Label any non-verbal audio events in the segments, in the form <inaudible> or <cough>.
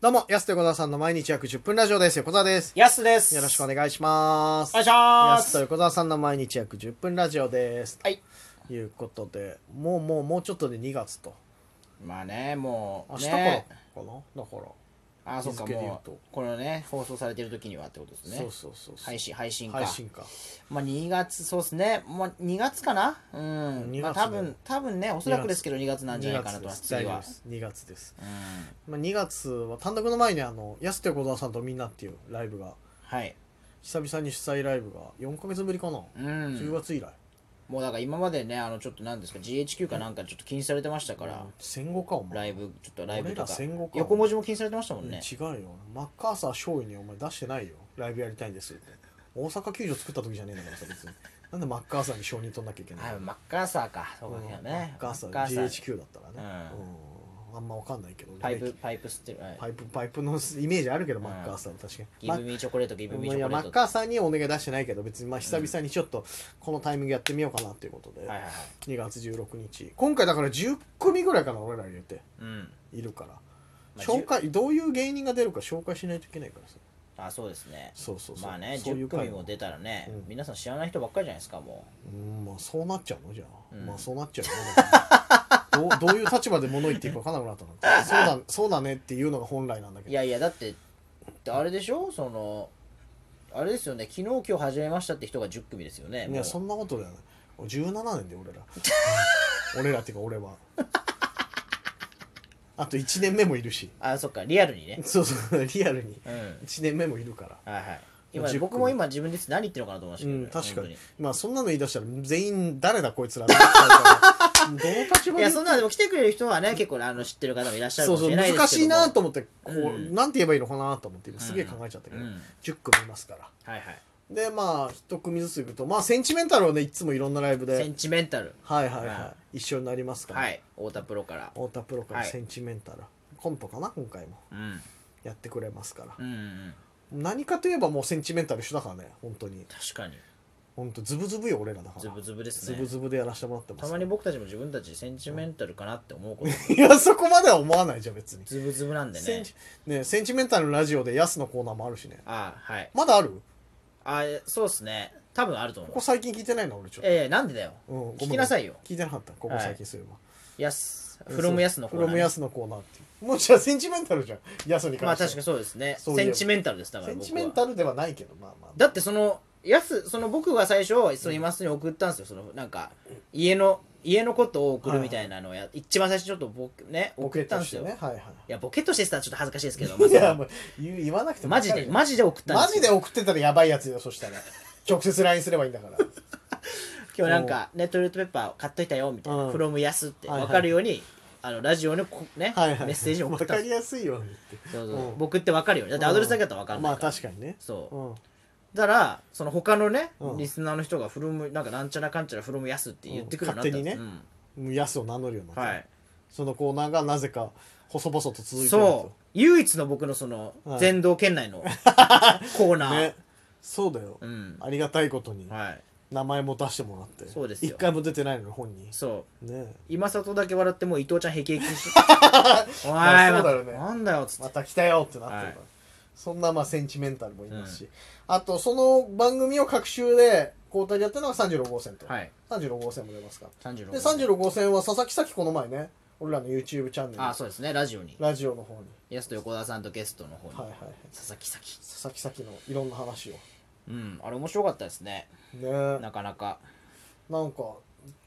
どうも、安手小沢さんの毎日約10分ラジオです。横澤です。やすです。よろしくおお願願いします。いしま安す。と横澤さんの毎日約10分ラジオです。はい。ということで、もうもうもうちょっとで2月と。まあね、もう、明ね、日からかな、だから。あ、そうか、日付で言うもとう、このね、放送されてる時にはってことですね。そうそうそうそう。配信、配信か。配信か。まあ、2月、そうですね。まあ、2月かなうん。 2まあ、月多分、多分ね、おそらくですけど、2月なんじゃないかなと、 2月です。大次丈夫はで。す。2月です。うん。まあ、2月は単独の前にあの、安手小沢さんとみんなっていうライブが、はい。久々に主催ライブが4ヶ月ぶりかな。う10ん。月以来。もう、だから今までね、あの、ちょっとなんですか、GHQ かなんかちょっと禁止されてましたから、戦後か、お前。ライブ、ちょっとライブ俺とらか戦後、か横文字も禁止されてましたもんね。違うよマッカーサー少尉にお前出してないよライブやりたいんですって大阪球場作った時じゃねえんだからさ <laughs> 別になんでマッカーサーに承認取んなきゃいけないあ、のマッカーサーか。そうだうんよマねッ。カーサマッー GHQ だったらね、うんあんまわかんないけどパイ歴プ、パイプ吸ってる。はいパイプパイプのイメージあるけどマッカーサーは確かに、ギブミーチョコレート、ギブまミーチいョやコレマーット。カーサーにお願い出してないけど別にまあ久々にちょっとこのタイミングやってみようかなっていうことで、はいはいはい。 2月16日今回だから10組ぐらいかな俺ら入れてうん。いるから、まあ紹介どういう芸人が出るか紹介しないといけないからさあ、そうですね。そうそうそうまあね、そうい10う回組も出たらねうん、皆さん知らない人ばっかりじゃないですか、もうんまあそうなっちゃうのじゃあ、うんまあそうなっちゃうの <laughs> どうどういう立場で物言っていいか分からなくなったの <laughs> そうだそうだねっていうのが本来なんだけう。どいやいや、だって、あれでしょその、あれですよね、昨日今日始めましたって人が10組ですよね。いもやうそんなことだよね17年で俺 <laughs> らうん俺らっていうか俺は <laughs> あと1年目もいるしあ、そっか、リアルにね。そうそうリアルにうん。 1年目もいるからはいは10い。今組僕も今自分で何言ってるのかなと思いましうたけどんね、確か本に当まあそんなの言い出したら全員誰だこいつらってなっち <laughs> ゃうからどの立場いでや、そんなでも来てくれる人はね、結構あの知ってる方もいらっしゃるそかうもしそうれないですけども難しいなと思ってこう、うんなんて言えばいいのかなと思って今すげえ考えちゃったけど、うんうん10組いますからはいはい。でまあ一組ずついくとまあセンチメンタルはねいつもいろんなライブではセいンチメンタル。はいはい、は一緒になりますから、はい。太田プロから。太田プロからはいセンチメンタル、コントかな今回もうん。やってくれますから、うんうんうん。何かといえばもうセンチメンタル一緒だからね本当に確かに。本当ズブズブよ俺らだからズブズブですズね。ブズブでやらせてもらってますたかまらに僕たちも自分たちセンチメンタルかなって思うこといやそこまでは思わないじゃん別に、ズブズブなんでセンねチねセンチメンタルのラジオでヤスのコーナーもあるしねあはいまだあるあそうですね多分あると思こうこ最近聞いてないな俺ちょっと、ええなんでだよ、うんごめん聞きなさいよ聞いてなかったここ最近そういえば、やすフロムヤスのココーーナーフロナー、ムヤスのコーナーっていうもうじゃあセンチメンタルじゃんヤスにま関あしては確かそうですねそういえセばンチメンタルですだからセン僕はチメンタルではないけどまあまあだってそのやすその僕が最初その今すに送ったんですよそのなんか家の家のことを送るみたいなのをや、一番最初ちょっと僕ね送ったんですよ、ねはいはいいやボケとしてしたらちょっと恥ずかしいですけど、まあいやもう言う言わなくてもマジでマジで送ったんですよマジで送ってたらやばいやつよそしたら直接 LINE すればいいんだから今日なんかねトイレットペッパー買っといたよみたいなうん「フロム安」ってはいはい分かるようにあのラジオのこね <laughs> メッセージを送ったんわかですりやすいようにってそうそううん僕って分かるようにだってアドレスだけだったら分かんないまあから確かにねそううんだからその他のねうんリスナーの人が「フロムなんかなんちゃらかんちゃらフロム安」って言ってくるようになったうんですもうヤスを名乗るようになっうたんはいそのコーナーがなぜか細々と続いてるんですそよう唯一の僕のそのはい全道圏内のコーナー <laughs> ねそうだようんありがたいことにはい名前も出してもらってそうですよ一回も出てないのに本人そうね今里だけ笑ってもう伊藤ちゃん平気平気 <laughs> にしおいまあまそうだよねなんだよつってまた来たよってなってるから、はいそんなまあセンチメンタルもいますし、あとその番組を各週で交代でやってるのが36号線と、はい36号線も出ますから36で36号線は佐々木咲この前ね俺らの YouTube チャンネルあそうですねラジオにラジオの方に、やすと横田さんとゲストの方に、はいはいはい、佐々木咲佐々木咲のいろんな話をうんあれ面白かったですねねななかなかんか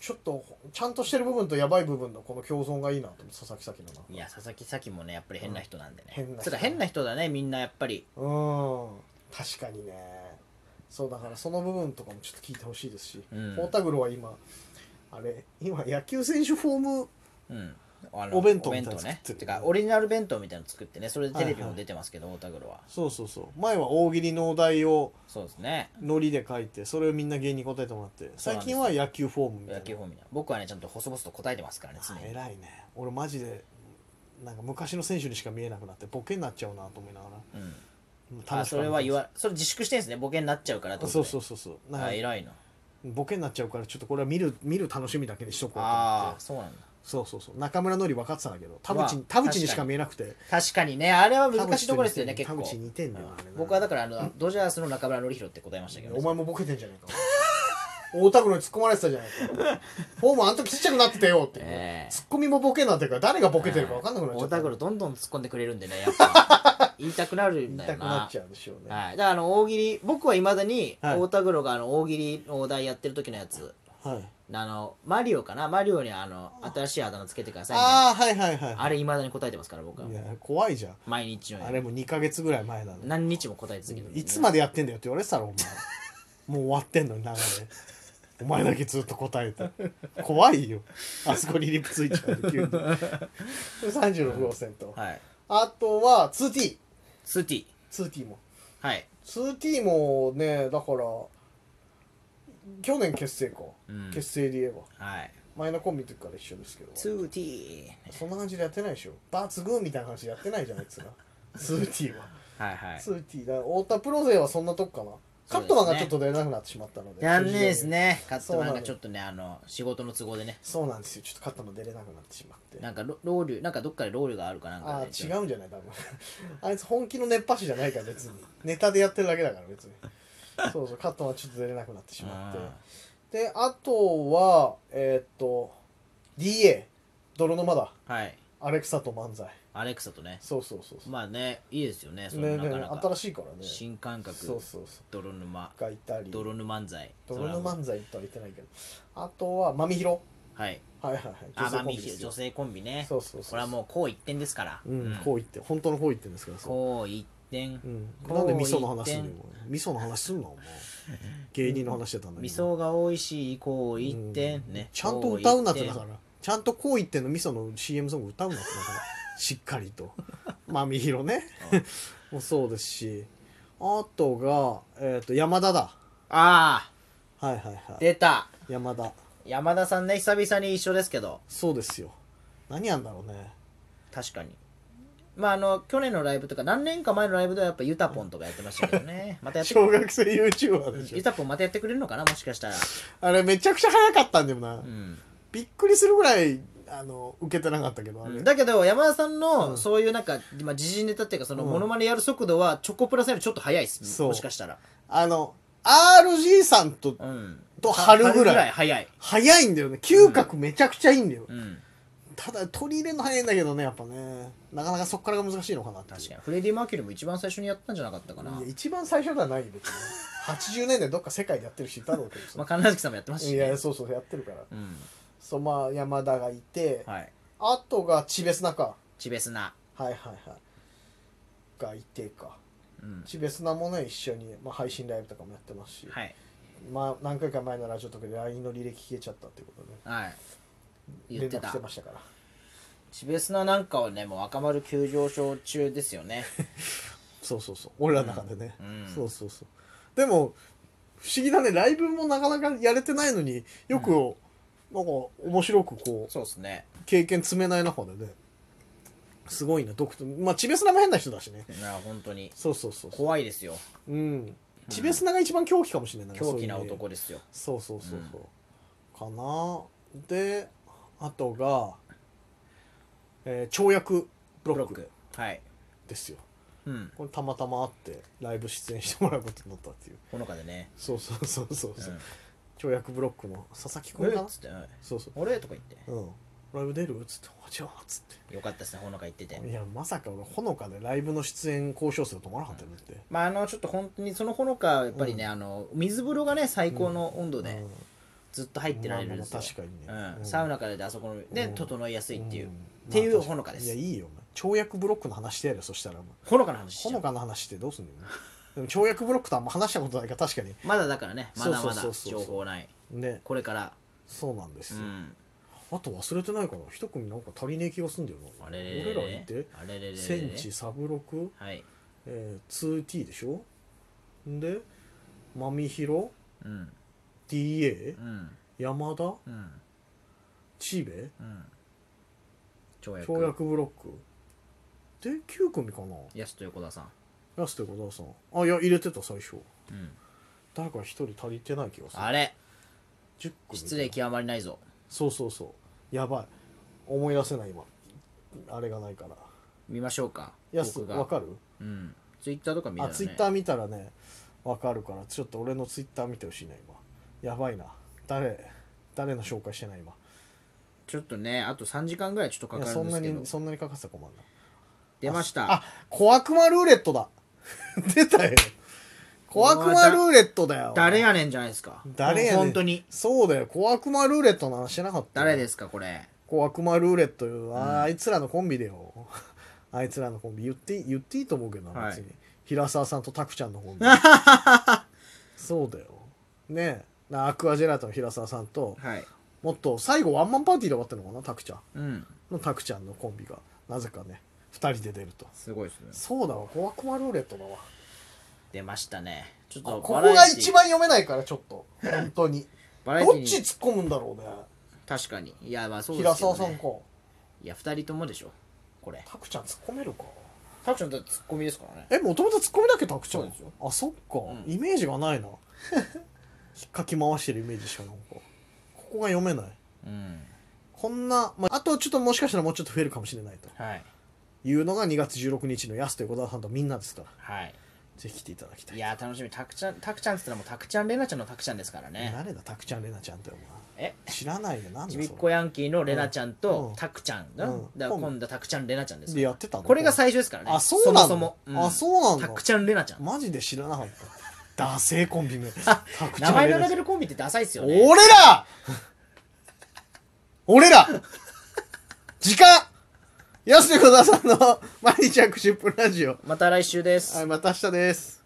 ちょっとちゃんとしてる部分とやばい部分のこの共存がいいなと思って佐々木咲のないや佐々木咲もねやっぱり変な人なんでね、うん変な人つうか変な人だねみんなやっぱりうん確かにねそうだからその部分とかもちょっと聞いてほしいですし、うんポータグロは今あれ今野球選手フォームうんあお弁当み弁たい当なの作ねってるてかオリジナル弁当みたいなの作ってねそれでテレビはいはもい出てますけど、太田黒はそうそうそう前は大喜利のお題をそうですねノリで書いてそれをみんな芸人に答えてもらってそう最なんで近すよは野球フォームみたいな野球方面僕はねちゃんと細々と答えてますからね常あに偉いね俺マジでなんか昔の選手にしか見えなくなってボケになっちゃうなと思いながうんらあそれは言わわそれ自粛してんですねボケになっちゃうからってことそうでそうそうそうなんあか偉いなボケになっちゃうからちょっとこれは見る見る楽しみだけにしとこうと思あっあそうなんだてそうそうそう中村のり分かってたんだけど田うわ淵田淵にし確かかに見えなくて確かにねあれは難しいところですよね田結構淵と似てんのよ田淵似てんのよあれな僕はだからあのドジャースの中村紀弘って答えましたけどお前もボケてんじゃないか大田区のに突っ込まれてたじゃないかフォームあの時ちっちゃくなってたよって、ええツッコミもボケになってるから誰がボケてるか分かんなくなっちゃ大っ田た、黒どんどん突っ込んでくれるんでねや <laughs> っぱ言いたくなるんだ痛よくななっちゃうでしょうね、はい、だからあの大喜利僕はいまだにはい大田黒があの大喜利のお題やってる時のやつはい、あのマリオかなマリオにあの新しいあだ名つけてくださいみたいなああはいはいはいあれいまだに答えてますから僕はいや怖いじゃん毎日のよあうにれも2か月ぐらい前なの何日も答え続けていつまでやってんだよって言われてたろお前 <laughs> もう終わってんのに流れお前だけずっと答えて怖いよあそこにリップついちゃう急に36号線と、はいあとは 2T2T スーティーもはい、 2T もねだから去年結成か、うん結成で言えばはい、前のコンビの時から一緒ですけどスーティーそんな感じでやってないでしょ抜群みたいな感じでやってないじゃんあいつら 2T ははいはいツーティーだ太田プロ勢はそんなとこかな、カそットマンうですねがちょっと出なくなってしまったので残念ですねカットマそンうながのちょっとねあの仕事の都合でねそうなんですよちょっとカットマン出れなくなってしまってなんかロロールなんかどっかでロールがあるかなんかあであ違うんじゃない多分 <laughs> あいつ本気の熱波師じゃないから別にネタでやってるだけだから別にそうそうカットマンちょっと出れなくなってしまってうんであとはえーっと DA 泥沼だはいアレクサと漫才アレクサとねそうそうそうそう、まあねいいですよねそねのなかなねか新しいからね新感覚そうそうそう泥沼がいたり泥泥沼漫才沼漫才とは言ってないけどあとはまみひろはいはいはいはい。あまあコンみビですよ女性コンビねそうそうそう。これはもうこう一点ですからうん、こう言って、本当のこう言ってんですから。そうこう一点うん。こうなんで味噌の話すんの一よ。お前味噌の話すんの <laughs> お前芸人の話してたんだ味噌が美味しいこう一点うんねちゃんと歌うなってだこか一ら。ちゃんとこう言ってんの味噌の CM ソング歌うなってだ <laughs> から。しっかりと。まみひろね。点 <laughs> もそうですし。あとが、えっと、山田だ。あはいはいあはい。出た山田。山田さんね久々に一緒ですけどそうですよ。何やんだろうね。確かにまああの去年のライブとか何年か前のライブではやっぱユタポンとかやってましたけ <laughs> どねまたやって小学生 YouTuber でしょユ。タポンまたやってくれるのかなもしかしたらあれめちゃくちゃ早かったんだよな。うんびっくりするぐらいあの受けてなかったけどあれ、だけど山田さんうのんそういうなんか、まあ、時事ネタっていうかそのうんモノマネやる速度はチョコプラさんよりちょっと速いっす、そうもしかしたらあの RG さんとうんと春ぐらい速い早いんだよね嗅覚めちゃくちゃいいんだよ、うんただ取り入れるの早いんだけどねやっぱねなかなかそこからが難しいのかなっていう確かにフレディ・マーキュリーも一番最初にやったんじゃなかったかないや一番最初ではないよ別に80年代どっか世界でやってる人いたろうけどまあさ、神奈月さんもやってますし、いね、やそうそうやってるからうんそうまあ山田がいて、はいあとがチベスナカチベスナはいはいはいがいてかうんチベスナもね一緒に、まあ、配信ライブとかもやってますし、はいまあ、何回か前のラジオとかで LINE の履歴消えちゃったってことねはい言って連絡たしてましたからチベスナなんかはねもう赤丸急上昇中ですよねそうそうそう俺らの中でね、うんそうそうそうでも不思議だねライブもなかなかやれてないのによく、なんか面白くこうそうですね経験積めない中でねすごいな独特まあチベスナも変な人だしねいや本当にそうそうそう怖いですようんチベスナが一番狂気かもしれないそ狂気なういう意味で男ですよそうそうそうそう、かなであとが、えー、跳躍ブロブッロッククはいですようんこれたまたま会ってライブ出演してもらうことになったっていうほのかでねそうそうそうそう「そううん跳躍ブロックの佐々木え君かっ?」なつって「そうそ俺?」とか言ってううんライブ出るっつって「じゃあ」っつっよかったですねほのか言っててていやまさか俺ほのかでライブの出演交渉すると思わなかったよねってまああのちょっと本当にそのほのかはやっぱりね、あの水風呂がね最高の温度でうんずっと入ってられるんですよ、まあまあ確かにねううんんサウナからであそこのでうん整いやすいっていう、んっていうまあほのかですいやいいよお前跳躍ブロックの話してやるよそしたらお前ほのかの話しちほゃうのかの話ってどうすんのよでも跳躍ブロックとあんま話したことないから確かにまだだからねまだまだそうそうそうそ情う報ないねこれからそうなんですうよ、んあと忘れてないかな一組なんか足りねえ気がすんだよなあれれれ俺らいてあれれれれセンチサブロク、はいえー、2T でしょんでマミヒロうん DA うん山田うんチベうん跳躍跳躍ブロックで9組かなヤスと横田さんラスト小沢さんあいや入れてた最初うん誰か一人足りてない気がするあれ10組失礼極まりないぞそうそうそうやばい思い出せない今あれがないから見ましょうかやす僕わがかるうんツイッターとか見たあらねツイッター見たらねわかるからちょっと俺のツイッター見てほしいな今やばいな誰誰の紹介してない今ちょっとねあと3時間ぐらいちょっとかいやかそるんんなですけどにそんなにかかせたら困るな出ましあた小悪魔ルーレットだ <laughs> 出たよ小悪魔ルーレットだよ誰やねんじゃないですか誰やねん本当にそうだよ小悪魔ルーレットの話しなかった誰ですすかこれ小悪魔ルーレットよあ,、いつらのコンビだよ <laughs> あいつらのコンビ言っていい言っていいと思うけどな別に、は平沢さんと拓ちゃんのコ <laughs> ンビそうだよねえなアクアジェラートの平沢さんとはいもっと最後ワンマンパーティーで終わったのかな拓ちゃんうんの拓ちゃんのコンビがなぜかね2人で出るとすごいですねそうだわ小悪魔ルーレットだわ出ましたねちょっことこバラエティが一番読めないからちょっと本当にバラエティどっにち突っ込むんだろうね確かにいやまあそうで平すけど、沢ね、さんかいや2人ともでしょこれ拓ちゃん突っ込めるかタクションだってツッコミですからねえもともと突っ込みだっけ拓ちゃそうんですよあそっか、うんイメージがないな <laughs> かき回してるイメージしかなんかここが読めないうんこんな、まあ、あとちょっともしかしたらもうちょっと増えるかもしれないとはいいうのが2月16日のやすと横澤さんとみんなですからはいぜひ来ていただきたいいやー楽しみタクちゃんタクちゃんっつったらもうタクちゃんレナちゃんのタクちゃんですからね誰だ拓ちゃんれなちゃんってお前え知らないよなんだちそびれっこヤンキーのレナちゃんうとんタクちゃんが、うんだから今度はタクちゃんレナちゃんですでやってたのこれが最初ですからねあそうなのそもそも、あそうなのタクちゃんレナちゃんマジで知らなかったダセーコンビ名拓 <laughs> 名前玲の奈並べるコンビってダサいっすよね俺ら俺ら時間安瀬小沢さんの毎日握手プラジオ。また来週ですはい、また明日です。